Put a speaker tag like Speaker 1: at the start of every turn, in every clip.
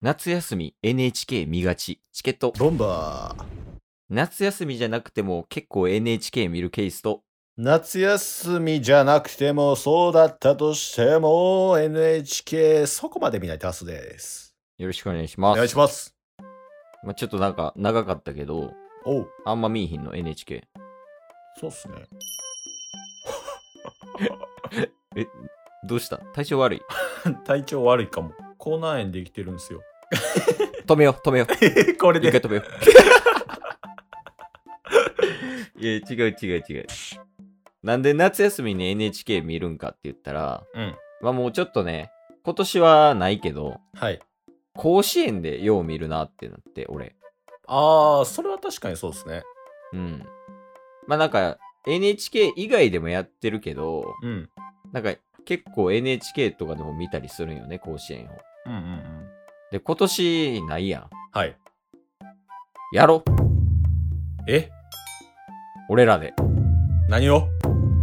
Speaker 1: 夏休み NHK 見がち。チケット。
Speaker 2: ロンバー。
Speaker 1: 夏休みじゃなくても結構 NHK 見るケースと、
Speaker 2: 夏休みじゃなくてもそうだったとしても NHK そこまで見ない多数です。
Speaker 1: よろしくお願いし
Speaker 2: お
Speaker 1: ます。
Speaker 2: 願いします。
Speaker 1: まあ、ちょっとなんか長かったけど、
Speaker 2: おう、
Speaker 1: あんま見えひんの NHK。
Speaker 2: そうっすね。
Speaker 1: どうした体調悪い。
Speaker 2: 体調悪いかも。口内炎できてるんですよ。
Speaker 1: 止めよう、止めよう。
Speaker 2: これ
Speaker 1: 一回止めよ う。いや、違う違う違う。なんで夏休みに NHK 見るんかって言ったら、
Speaker 2: うん。
Speaker 1: まあもうちょっとね、今年はないけど、
Speaker 2: はい。
Speaker 1: 甲子園でよう見るなってなって、俺。
Speaker 2: ああ、それは確かにそうですね。
Speaker 1: うん。まあなんか、NHK 以外でもやってるけど、
Speaker 2: うん。
Speaker 1: なんか結構 NHK とかでも見たりするんよね、甲子園を。
Speaker 2: うんうんうん。
Speaker 1: で、今年ないやん。
Speaker 2: はい。
Speaker 1: やろ
Speaker 2: え
Speaker 1: 俺らで。
Speaker 2: 何を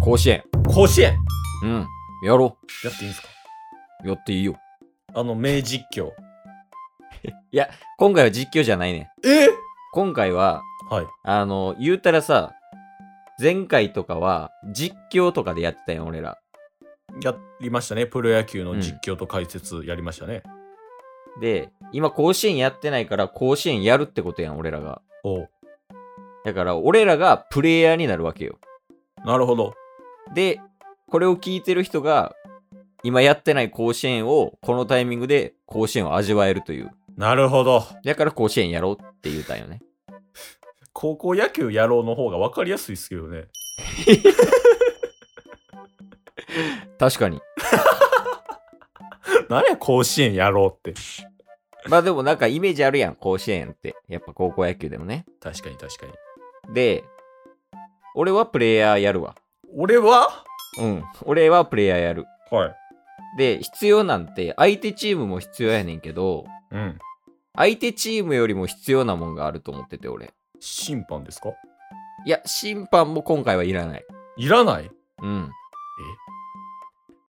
Speaker 1: 甲子園。
Speaker 2: 甲子園
Speaker 1: うん。やろ
Speaker 2: やっていいんですか
Speaker 1: やっていいよ。
Speaker 2: あの、名実況。
Speaker 1: 今回は実況じゃないねん。
Speaker 2: え
Speaker 1: 今回は、
Speaker 2: はい。
Speaker 1: あの、言うたらさ、前回とかは実況とかでやってたやん、俺ら。
Speaker 2: やりましたね。プロ野球
Speaker 1: う
Speaker 2: の
Speaker 1: ん
Speaker 2: 実況と解説やりましたね。
Speaker 1: で、今甲子園やってないから甲子園やるってことやん、俺らが。
Speaker 2: おう
Speaker 1: だから、俺らがプレイヤーになるわけよ。
Speaker 2: なるほど。
Speaker 1: で、これを聞いてる人が、今やってない甲子園を、このタイミングで甲子園を味わえるという。
Speaker 2: なるほど。
Speaker 1: だから甲子園やろうって言うたんよね。
Speaker 2: 高校野球やろうの方が分かりやすいですけどね。
Speaker 1: 確かに。
Speaker 2: 何や甲子園やろうって。
Speaker 1: まあでもなんかイメージあるやん、甲子園って。やっぱ高校野球でもね。
Speaker 2: 確かに確かに。
Speaker 1: で、俺はプレイヤーやるわ。
Speaker 2: 俺は
Speaker 1: うん。俺はプレイヤーやる。
Speaker 2: はい。
Speaker 1: で、必要なんて、相手チームも必要やねんけど、
Speaker 2: うん。
Speaker 1: 相手チームよりも必要なもんがあると思ってて、俺。
Speaker 2: 審判ですか
Speaker 1: いや、審判も今回はいらない。
Speaker 2: いらない
Speaker 1: うん。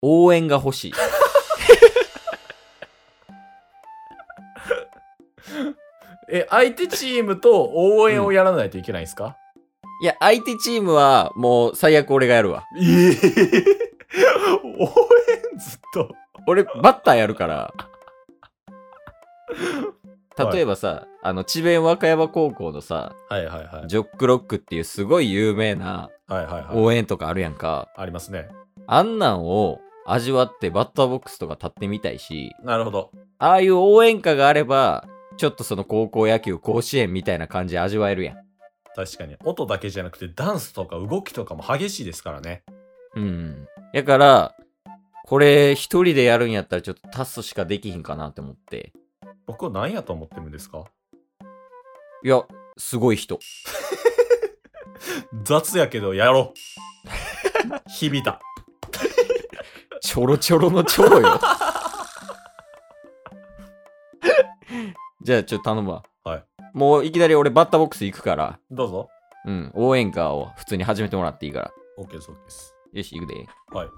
Speaker 1: 応援が欲しい。
Speaker 2: ええ、相手チームと応援をやらないといけないですか、
Speaker 1: いや、相手チームはもう最悪俺がやるわ。
Speaker 2: ええ 応援ずっと。
Speaker 1: 俺、バッターやる から。例えばさ、あの、智弁和歌山高校のさ、
Speaker 2: はいはいはい。
Speaker 1: ジョックロックっていうすごい有名な
Speaker 2: はいはいはい。
Speaker 1: 応援とかあるやんか。
Speaker 2: ありますね。
Speaker 1: あんなんを味わってバッターボックスとか立ってみたいし、
Speaker 2: なるほど。
Speaker 1: ああいう応援歌があれば、ちょっとその高校野球甲子園みたいな感じ味わえるやん。
Speaker 2: 確かに。音だけじゃなくてダンスとか動きとかも激しいですからね。
Speaker 1: うん。だから、これ一人でやるんやったらちょっとタスしかできひんかなって思って。
Speaker 2: 僕は何やと思ってるんですか
Speaker 1: いや、すごい人。
Speaker 2: 雑やけどやろう。 響いた。
Speaker 1: ちょろちょろのちょろよ。じゃあちょっと頼むわ。
Speaker 2: はい。
Speaker 1: もういきなり俺バッターボックス行くから、
Speaker 2: どうぞ。
Speaker 1: うん、応援歌を普通に始めてもらっていいから。
Speaker 2: OK です、OK です。
Speaker 1: よし、行くで。
Speaker 2: はい。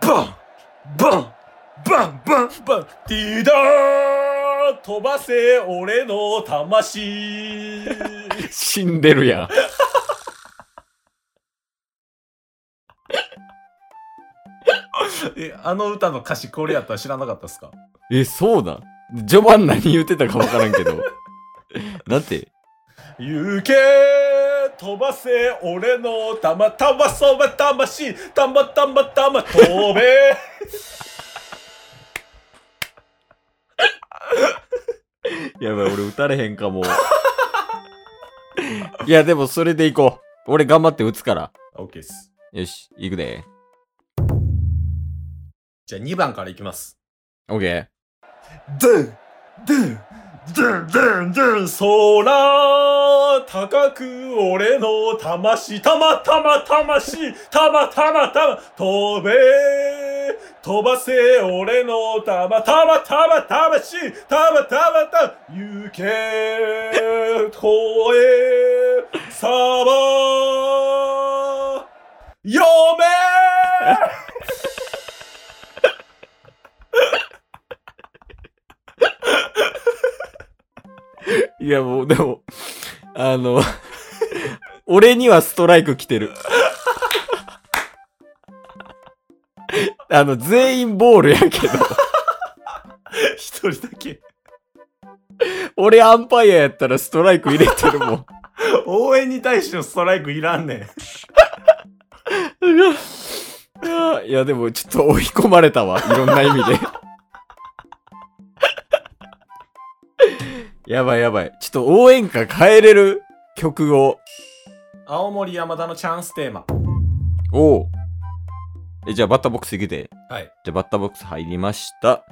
Speaker 2: バンバンバンバンバンティーダー飛ばせ俺の魂
Speaker 1: 死んでるやん。
Speaker 2: え、あの歌の歌詞これやったら知らなかったですか
Speaker 1: え、そうだ。序盤何言ってたかわからんけ ど。なんて、
Speaker 2: 行け飛ばせ俺の玉玉そば魂玉玉玉飛べ
Speaker 1: やばい、俺打たれへんかも。 いや、でもそれで行こう。俺頑張って打つから。
Speaker 2: OK です。
Speaker 1: よし、行くで。
Speaker 2: じゃあ2番からいきます。
Speaker 1: オッケー。
Speaker 2: ドゥンドゥンドゥンドゥンドゥン空高く俺の魂たまたま魂たまたまたま飛べ飛ばせ俺のたまたまたま魂たまたまたま行け遠えさば嫁
Speaker 1: いやもう、でも、あの、俺にはストライク来てる。あの、全員ボールやけど、
Speaker 2: 一人だけ
Speaker 1: 俺アンパイアやったらストライク入れてるもん。
Speaker 2: 応援に対してのストライクいらんねん
Speaker 1: いや、でもちょっと追い込まれたわ。いろんな意味で。やばいやばい。ちょっと応援歌変えれる曲を。
Speaker 2: 青森山田のチャンステーマ
Speaker 1: おうえ、じゃあバッターボックス行くで。
Speaker 2: はい
Speaker 1: じゃあバッターボックス入りました。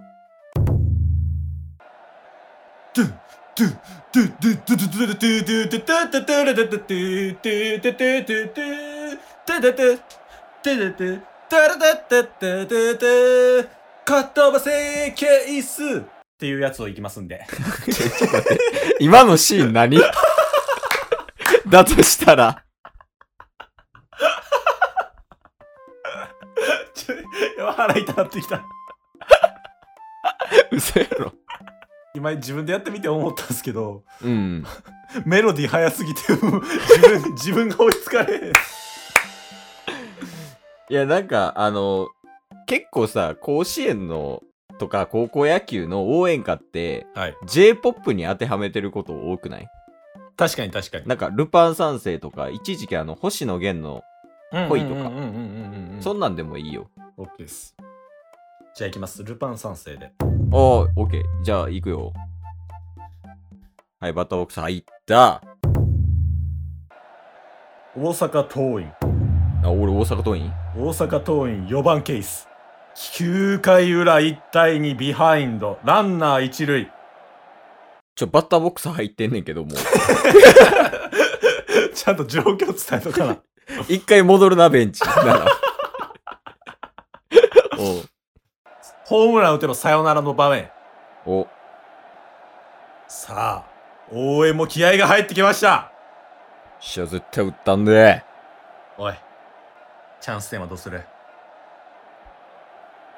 Speaker 2: かっ飛ばせケースっていうやつをいきますんで。
Speaker 1: 今のシーン 何だとしたら、
Speaker 2: ちょやばい腹痛なってきた。
Speaker 1: 嘘やろ。
Speaker 2: 今自分でやってみて思ったんですけど、
Speaker 1: うん。
Speaker 2: メロディー早すぎて、もう自分、自分が追いつかれへん。
Speaker 1: いや、なんか、あの、結構さ、甲子園のとか高校野球の応援歌って、
Speaker 2: はい。
Speaker 1: J-POP に当てはめてること多くない
Speaker 2: 確かに確かに。
Speaker 1: なんか、ルパン三世とか、一時期あの、星野源の、
Speaker 2: ぽ
Speaker 1: 恋とか
Speaker 2: うんうんうんうんうんうん。
Speaker 1: そんなんでもいいよ。
Speaker 2: オッケーです。じゃあ行きます。ルパン三世で。
Speaker 1: ああ、オッケー。じゃあ、行くよ。はい、バッターボックス入った。
Speaker 2: 大阪桐蔭。
Speaker 1: あ、俺、大阪桐蔭
Speaker 2: 大阪桐蔭4番ケース。9回裏1対2ビハインド。ランナー1塁。
Speaker 1: ちょ、バッターボックス入ってんねんけど、もう。
Speaker 2: ちゃんと状況伝えと かな。
Speaker 1: 一回戻るな、ベンチ。なら
Speaker 2: ホームラン打てばサヨナラの場面。
Speaker 1: お、お、
Speaker 2: さあ、応援も気合が入ってきました。
Speaker 1: しゃ、絶対打ったんで。
Speaker 2: おい、チャンステーマどうする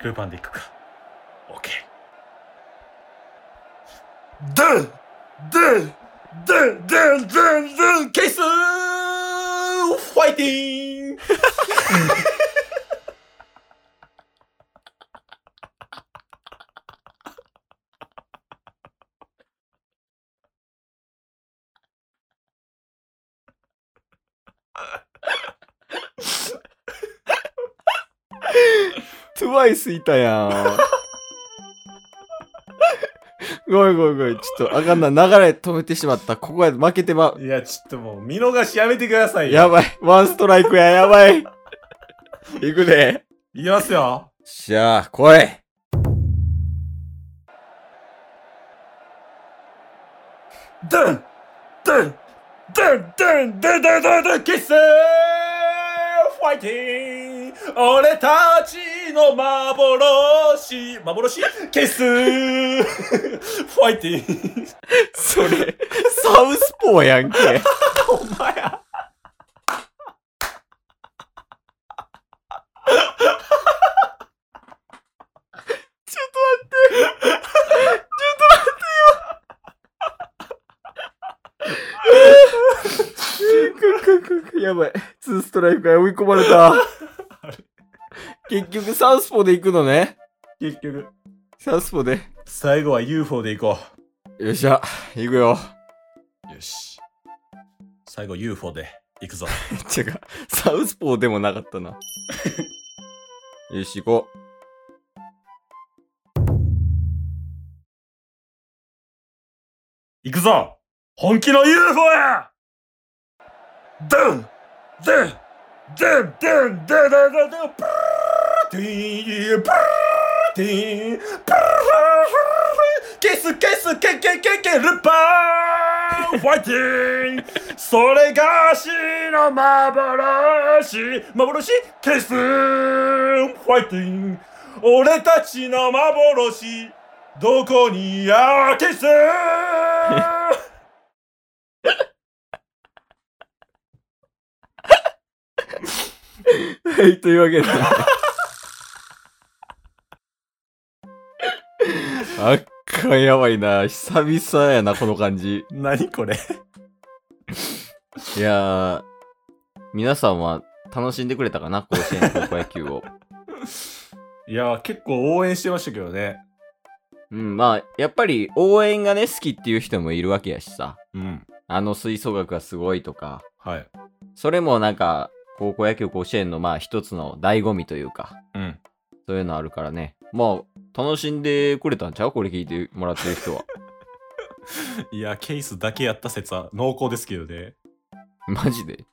Speaker 2: ルパンで行くか。オッケー。ドゥンドゥンドゥンドゥンドゥンドゥンケースファイティング
Speaker 1: トゥワイスいたやん。ごめんごめんごめん。ちょっとあかんな。流れ止めてしまった。ここは負けてまう。
Speaker 2: いや、ちょっともう見逃しやめてくださいよ。
Speaker 1: やばい。ワンストライクや、やばい。いくで。
Speaker 2: いきますよ。
Speaker 1: しゃあ、来い。
Speaker 2: ドゥンドゥンドゥンドゥンドゥンドゥンドゥンドゥンキッスファイティング俺たちの幻幻キスファイティング
Speaker 1: それ、サウスポーやんけ。
Speaker 2: お前や
Speaker 1: ちょっと待って。ちょっと待ってよ。くくくくやばい。ツーストライクから追い込まれた。結局、サウスポーで行くのね。
Speaker 2: 結局
Speaker 1: サウスポーで。
Speaker 2: 最後は UFO で行こ
Speaker 1: よっしゃ、行くよ。
Speaker 2: うよし最後 UFO で行くぞ
Speaker 1: 違う、サウスポーでもなかったな。よし、行こう。
Speaker 2: 行くぞ本気の UFO やドゥンドゥンドゥンドゥンドゥンドゥンドゥンドゥンプーティーンプーティーンプープープーケースケースケケケケルパーンファイティングそれが死の幻幻ケースファイティング俺たちの幻どこにやケース
Speaker 1: はい、というわけで。あっかんやばいな。久々やな、この感じ。
Speaker 2: 何これ
Speaker 1: いやー、皆さんは楽しんでくれたかな、甲子園高校野球を。
Speaker 2: いやー結構応援してましたけどね
Speaker 1: うん、まあ、やっぱり応援がね、好きっていう人もいるわけやしさ。
Speaker 2: うん
Speaker 1: あの吹奏楽がすごいとか。
Speaker 2: はい
Speaker 1: それもなんか、高校野球甲子園のまあ一つの醍醐味というか、
Speaker 2: うん
Speaker 1: そういうのあるからね。まあ、楽しんでくれたんちゃうこれ聞いてもらってる人は。
Speaker 2: いやケースだけやった説は濃厚ですけどね
Speaker 1: マジで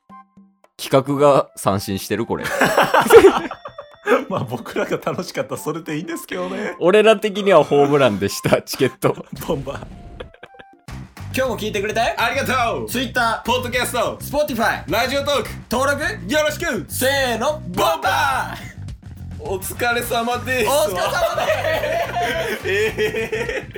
Speaker 1: 企画が三振してるこれ。
Speaker 2: まあ僕らが楽しかったらそれでいいんですけどね
Speaker 1: 俺ら的にはホームランでした、チケット。
Speaker 2: ボンバー
Speaker 3: 今日も聞いてくれて
Speaker 2: ありがとう
Speaker 3: Twitter、
Speaker 2: ポッドキャスト
Speaker 3: Spotify、
Speaker 2: ラジオトーク
Speaker 3: 登録
Speaker 2: よろしく
Speaker 3: せーの、ボンバー
Speaker 2: お疲れ様です
Speaker 3: お疲れ様です
Speaker 2: ええ